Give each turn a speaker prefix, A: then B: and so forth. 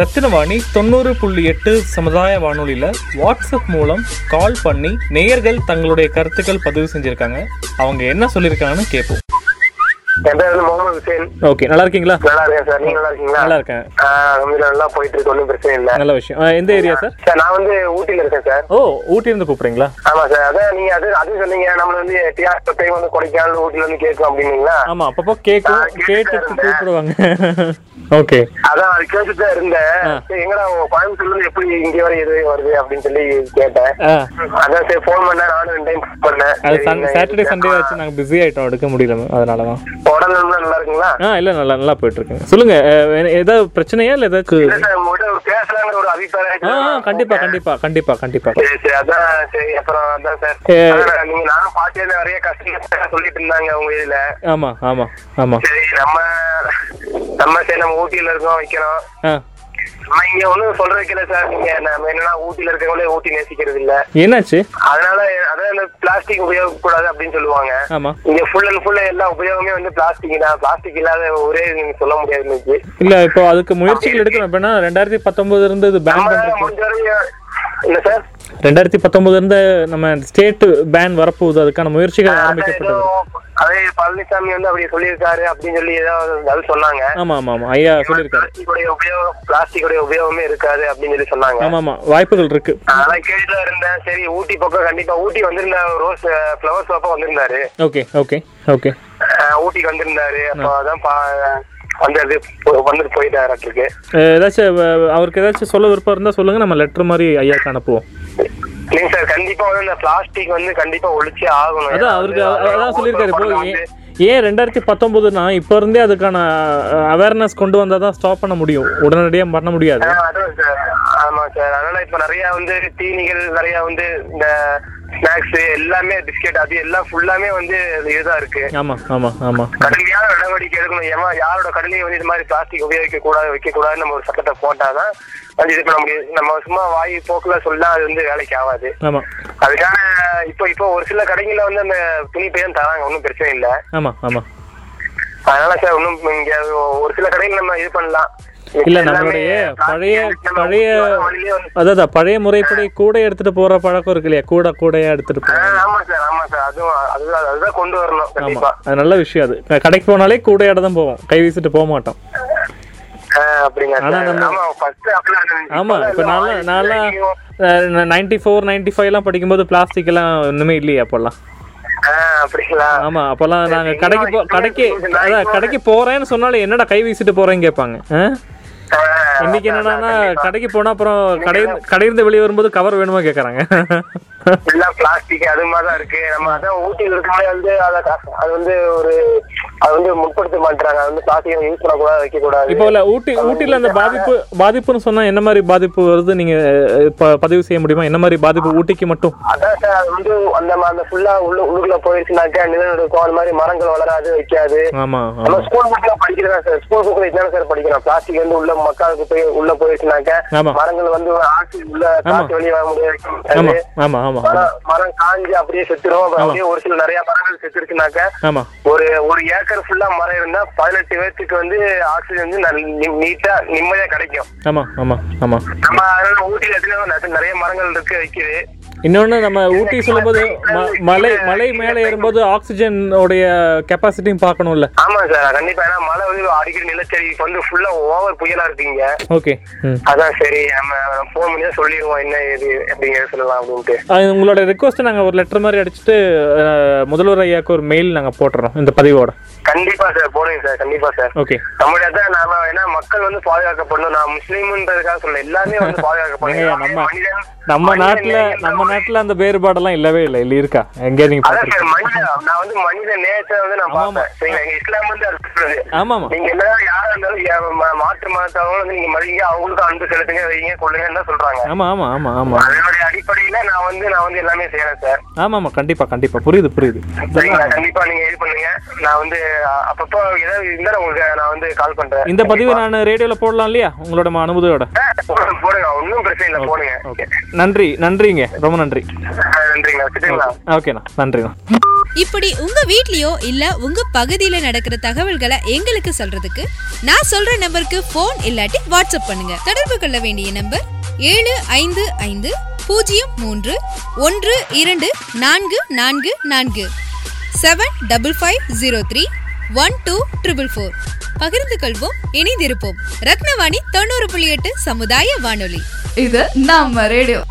A: ரத்தினவாணி தொண்ணூறு புள்ளி எட்டு சமுதாய வானொலியில் வாட்ஸ்அப் மூலம் கால் பண்ணி நேயர்கள் தங்களுடைய கருத்துக்கள் பதிவு செஞ்சுருக்காங்க அவங்க என்ன சொல்லியிருக்காங்கன்னு கேட்போம்
B: என் பேர் வந்து முகமது ஹுசேன்
A: ஓகே நல்லா இருக்கீங்களா
B: நல்லா இருக்கேன் சார் நீங்க நல்லா இருக்கீங்களா
A: நல்லா இருக்கேன்
B: ஆஹ் அலமதுல்லா, நல்லா போயிட்டு இருக்கு ஒன்றும் பிரச்சனை இல்லை
A: நல்ல விஷயம் ஆ, எந்த ஏரியா சார்
B: சார் நான் வந்து ஊட்டியில இருக்கேன் சார்
A: ஓ ஊட்டியிருந்து கூப்பிட்றீங்களா
B: ஆமா சார் அதான் நீங்க அது அது சொன்னீங்க நம்மள வந்து டிஆர் போய் வந்து கொடைக்கானல் ஊட்டில வந்து கேட்கும் அப்படின்னீங்களா
A: ஆமாம் அப்பப்போ கேட்கும் கேட்டுட்டு கூப்பிடுவாங்க ஓகே
B: அதான் அது கேட்டுட்டு தான் இருந்தேன் சரி, எங்கடா உங்க கோயம்புத்தூர்ல இருந்து எப்படி இங்க வரை இது வருது அப்படின்னு சொல்லி கேட்டேன்
A: ஆ
B: அதான் சரி ஃபோன் பண்ணேன் நானும் ரெண்டு டைம் பண்ணேன்
A: அது
B: சரி,
A: சன்
B: நான்
A: சாட்டர்டே சண்டே
B: எடுத்தேன்.
A: ஆச்சு நாங்கள் பிஸி ஆகிட்டோம் எடுக்க முடியல அதனால தான்
B: உடம்பு எல்லாம் நல்லா இருக்குங்களா
A: ஆ இல்லை நல்லா நல்லா போயிட்டுருக்கேன் சொல்லுங்கள் ஏதாவது பிரச்சனையா இல்லை ஏதாச்சும்
B: இல்ல சார் உங்ககிட்ட ஒரு பேசலாங்கிற ஒரு
A: ஆ ஆ,
B: அபிப்பிராயம்
A: கண்டிப்பா கண்டிப்பா கண்டிப்பா கண்டிப்பா
B: சரி சரி அதான் சரி அப்புறம் அதான் சார்
A: ஏ.
B: அதான் நீங்க நானும் பாட்டியில நிறைய கஷ்டம் சொல்லிட்டு இருந்தாங்க உங்க இதுல
A: ஆமா ஆமா ஆமா
B: சரி நம்ம நம்ம சரி நம்ம ஊட்டியில இருக்கோம் வைக்கிறோம்
A: ஆ
B: நம்ம இங்க ஒண்ணும் சொல்ற வைக்கல சார் நீங்க நம்ம என்னன்னா ஊட்டியில இருக்கவங்களே ஊட்டி நேசிக்கிறது இல்ல
A: என்னாச்சு
B: அதனால அதான் இந்த பிளாஸ்டிக் உபயோகக்கூடாது அப்படின்னு சொல்லுவாங்க
A: ஆமா
B: இங்க ஃபுல் அண்ட் ஃபுல் எல்லா உபயோகமே வந்து பிளாஸ்டிக் தான் பிளாஸ்டிக் இல்லாத ஒரே இது நீங்க சொல்ல முடியாது இன்னைக்கு
A: இல்ல இப்போ அதுக்கு முயற்சிகள் எடுக்கணும் எப்படின்னா ரெண்டாயிரத்தி பத்தொன்பதுல இருந்து இது பேன்
B: நம்ம
A: பண்றது
B: முடிஞ்ச வரையும் இல்ல சார்
A: ரெண்டாயிரத்தி பத்தொன்பதுல இருந்து நம்ம ஸ்டேட் பேன் வரப்போகுது அதுக்கான முயற்சிகள்
B: அதான் ஏதோ
A: ஆரம்பிக்கப்பட்டது
B: அதே பழனிசாமி வந்து அப்படி சொல்லியிருக்காரு அப்படின்னு சொல்லி ஏதோ அது சொன்னாங்க
A: ஆமா ஆமா ஆமா ஐயா சொல்லியிருக்காரு
B: பிளாஸ்டிக்கோடைய உபயோகம் பிளாஸ்டிக்கோடைய உபயோகமே இருக்காது அப்படின்னு சொல்லி சொன்னாங்க
A: ஆமா ஆமா வாய்ப்புகள் இருக்கு
B: அதெல்லாம் கேட்டுல இருந்தேன் சரி ஊட்டி பக்கம் கண்டிப்பா ஊட்டி வந்திருந்தா ரோஸ் ஃப்ளவர்ஸ் பக்கம் வந்திருந்தாரு
A: ஓகே ஓகே ஓகே
B: அஹ் ஊட்டிக்கு வந்திருந்தாரு அப்போ அதான் பா- வந்தது போ- வந்துட்டு போயிட்டாருக்கு
A: ஏதாச்சும் அவ- அவருக்கு ஏதாச்சும் சொல்ல விருப்பம் இருந்தா சொல்லுங்க நம்ம லெட்டர் மாதிரி ஐயாக்கு அனுப்புவோம்
B: இல்லைங்க சார் கண்டிப்பா வந்து இந்த பிளாஸ்டிக் வந்து கண்டிப்பா ஒழிச்சே ஆகணும்
A: அதான் அவருக்கு
B: ஏன்னா
A: அ-
B: வந்து
A: அதான் சொல்லியிருக்காரு இப்போ
B: ஊர்ல
A: ஏன்
B: வந்து-
A: ஏன் ரெண்டாயிரத்தி பத்தொன்பதுனா இப்போ இருந்தே அதுக்கான அவேர்னஸ் கொண்டு வந்தால் தான் ஸ்டாப் பண்ண முடியும் உடனடியாக பண்ண முடியாது
B: ஆ, அதான் சார் ஆமா சார் அதனால இப்ப நிறைய வந்து தீனிகள் நிறைய வந்து இந்த ஸ்நாக்ஸ் எல்லாமே பிஸ்கெட் அது எல்லாம் ஃபுல்லாமே வந்து இதுதான் இருக்கு
A: ஆமா ஆமா ஆமா
B: கடுமையான நடவடிக்கை எடுக்கணும் ஏமா யாரோட கடலையும் வந்து இது மாதிரி பிளாஸ்டிக் உபயோகிக்க கூடாது வைக்க கூடாது நம்ம ஒரு சட்டத்தை போட்டாதான் அது இது பண்ண முடியும் நம்ம சும்மா வாய் போக்குல சொல்ல அது வந்து வேலைக்கு ஆகாது
A: ஆமா
B: அதுக்கான இப்போ இப்போ ஒரு சில கடைகள வந்து அந்த துணி பையன் தராங்க ஒன்றும் பிரச்சனை இல்லை
A: ஆமா ஆமா
B: அதனால சார் ஒன்றும் இங்க ஒரு சில கடைகள் நம்ம இது பண்ணலாம்
A: இல்ல
B: எல்லாமே
A: நம்மளுடைய
B: plastic
A: பழைய
B: நம்ம
A: பழைய
B: வர வழியிலே வந்து-
A: அதான் பழைய முறைப்படி கூட எடுத்துட்டு போற பழக்கம் இருக்கு இல்லையா கூட கூடையா எடுத்துட்டு
B: ஆ,
A: போற
B: ஆமா சார் ஆமா சார் அதுவும் அதுதான் அதுதான் கொண்டு வரணும்
A: ஆமா
B: கண்டிப்பா
A: அது நல்ல விஷயம் அது க- கடைக்கு போனாலே கூடையாட தான் போவோம் கை வீசிட்டு போக மாட்டோம்
B: ஆ, அப்படிங்க
A: ஆனா
B: சார்.
A: நம்ம-
B: ஆமா ஃபர்ஸ்ட்
A: ஆமா இப்ப நல்லா நல்லா நைன்டி ஃபோர் நைன்டி ஃபைவ் எல்லாம் படிக்கும்போது பிளாஸ்டிக் எல்லாம் ஒண்ணுமே இல்லையே அப்பெல்லாம்
B: அப்படிங்களா
A: ஆமா அப்பெல்லாம் நாங்க கடைக்கு போ கடைக்கு அதான் கடைக்கு போறேன்னு சொன்னாலே என்னடா கை வீசிட்டு போறேன்னு கேட்பாங்க ஆ?
B: ஆ,
A: இன்னைக்கு
B: அதான்,
A: என்னன்னா
B: அதான், கண்டிப்பா.
A: கடைக்கு போனா அப்புறம் கடையில கடையிலிருந்து வெளியே வரும்போது கவர் வேணுமா கேக்குறாங்க
B: ஃபுல்லா பிளாஸ்டிக் அது மாதிரிதான் இருக்கு நம்ம அதான் ஊட்டியில் இருக்கனால வந்து அத கா- அது வந்து ஒரு அது வந்து முற்படுத்த மாட்டாங்க அது வந்து பிளாஸ்டிக் யூஸ் பண்ணக்கூடாது வைக்க கூடாது
A: இப்போ இல்ல ஊட்டி ஊட்டில அந்த பாதிப்பு பாதிப்புன்னு சொன்னா என்ன மாதிரி பாதிப்பு வருது நீங்க அஹ், ப- பதிவு செய்ய முடியுமா என்ன மாதிரி பாதிப்பு ஊட்டிக்கு மட்டும்
B: அதான் சார் அது வந்து அந்த ம- அந்த ஃபுல்லா உள்ள உள்ளுக்குள்ள போயிருச்சுனாக்கா நிலநடுக்கம் அந்த மாதிரி மரங்கள் வளராது வைக்காது
A: ஆமா ஆமா
B: நம்ம ஸ்கூல் புக்ல படிக்கிறதா சார் ஸ்கூல் புக்ல இதுதானே சார் படிக்கிறோம் பிளாஸ்டிக் வந்து உள்ள மக்களுக்கு போய் உள்ள போயிருச்சுனாக்கா
A: ஆமா.
B: மரங்கள் வந்து ஆக்சிஜன் உள்ள காற்று வெளியே வர
A: ஆமா
B: முடியாது
A: ஆமா ஆமா ஆமா
B: மரம் மரம் காஞ்சு அப்படியே செத்துரும் அப்புறம் அப்படியே ஒரு சில நிறைய மரங்கள் செத்துருச்சுனாக்கா
A: ஆமா
B: ஒரு ஒரு ஏக்கர் ஃபுல்லா மரம் இருந்தா பதினெட்டு பேர்த்துக்கு வந்து ஆக்சிஜன் வந்து நல்ல- நி- நீட்டா நிம்மதியா கிடைக்கும்
A: ஆமா ஆமா ஆமா
B: நம்ம அதனால ஊட்டியில எத்தனையோ நிறைய- நிறைய மரங்கள் இருக்கு வைக்குது
A: இன்னொன்னு நம்ம ஊட்டி சொல்லும்போது ம- மலை மலை மேலே ஏறும்போது ஆக்சிஜன் உடைய கெப்பாசிட்டியும் பார்க்கணும்ல
B: ஆமா சார் கண்டிப்பா ஏன்னா மழை வந்து அடிக்கடி நிலச்சரி இப்ப வந்து ஃபுல்லா ஓவர் புயலா இருக்கீங்க
A: ஓகே ம்
B: அதான் சரி நம்ம ஃபோன் பண்ணி தான் சொல்லிடுவோம் என்ன இது அப்படிங்கிறத சொல்லலாம் அப்படின்ட்டு
A: அது உங்களோட ரெக்வஸ்ட்டை நாங்க ஒரு லெட்டர் மாதிரி அடிச்சுட்டு அஹ், முதல்வர் ஐயாவுக்கு ஒரு மெயில் நாங்க போட்டுறோம் இந்த பதிவோட
B: கண்டிப்பா சார் போடுங்க சார் கண்டிப்பா சார்
A: ஓகே
B: நம்மளுடைய தான் நாம ஏன்னா மக்கள் வந்து பாதுகாக்கப்படணும் நான் முஸ்லீம்ன்றதுக்காக சொல்ல எல்லாமே வந்து
A: ஏங்க,
B: பாதுகாக்கப்படணும்
A: நம்ம-
B: மனிதன்
A: நம்ம
B: மனிதன்
A: நாட்டுல
B: நேயம் தான்
A: நம்ம நாட்டுல அந்த வேறுபாடெல்லாம் இல்லவே இல்லை இல்லை இருக்கா எங்க நீங்க
B: அதான்
A: பாத்துருக்கீங்க
B: சார் மனித நான் வந்து மனித நேயத்தை வந்து நான்
A: ஆமாமா.
B: பார்ப்பேன் சரிங்களா எங்க இஸ்லாம் வந்து அது சொல்றது
A: ஆமாமா
B: நீங்க எல்லாரும் யாரா இருந்தாலும் யா- ம- மாற்று மதத்தவங்களும் வந்து நீங்க மதிங்க அவங்களுக்கும் அன்பு செலுத்துங்க வைங்க கொள்ளுங்கன்னு தான் சொல்றாங்க
A: ஆமா ஆமா ஆமா ஆமா
B: அதனுடைய அடிப்படையில நான் வந்து நான் வந்து எல்லாமே செய்யறேன் சார்
A: ஆமா ஆமா கண்டிப்பா கண்டிப்பா புரியுது புரியுது
B: சரிங்களா கண்டிப்பா நீங்க இது பண்ணுங்க நான் வந்து அ- அப்பப்போ ஏதாவது இருந்தா உங்களுக்கு நான் வந்து கால் பண்றேன்
A: இந்த பதிவு நான் ரேடியோல போடலாம் இல்லையா உங்களோட ம- அனுமதியோட
B: ஆ, போடுங்க போடுங்க ஒன்றும் பிரச்சனை இல்லை போடுங்க
A: ஓகே நன்றி நன்றிங்க ரொம்ப நன்றி
B: ஆ, நன்றிங்கண்ணா வச்சுட்டுங்களா
A: ஓகேண்ணா நன்றிண்ணா
C: இப்படி உங்க வீட்லயோ இல்ல உங்க பகுதியில நடக்கிற தகவல்களை எங்களுக்கு சொல்றதுக்கு நான் சொல்ற நம்பருக்கு ஃபோன் இல்லாட்டி வாட்ஸ்அப் பண்ணுங்க தொடர்பு கொள்ள வேண்டிய நம்பர் ஏழு ஐந்து ஐந்து பூஜ்ஜியம் மூன்று ஒன்று இரண்டு நான்கு நான்கு நான்கு seven double five zero three one two triple four பகிர்ந்து கொள்வோம் இணைந்திருப்போம் ரத்னவாணி தொண்ணூறு புள்ளி எட்டு சமுதாய வானொலி
D: இது நம்ம ரேடியோ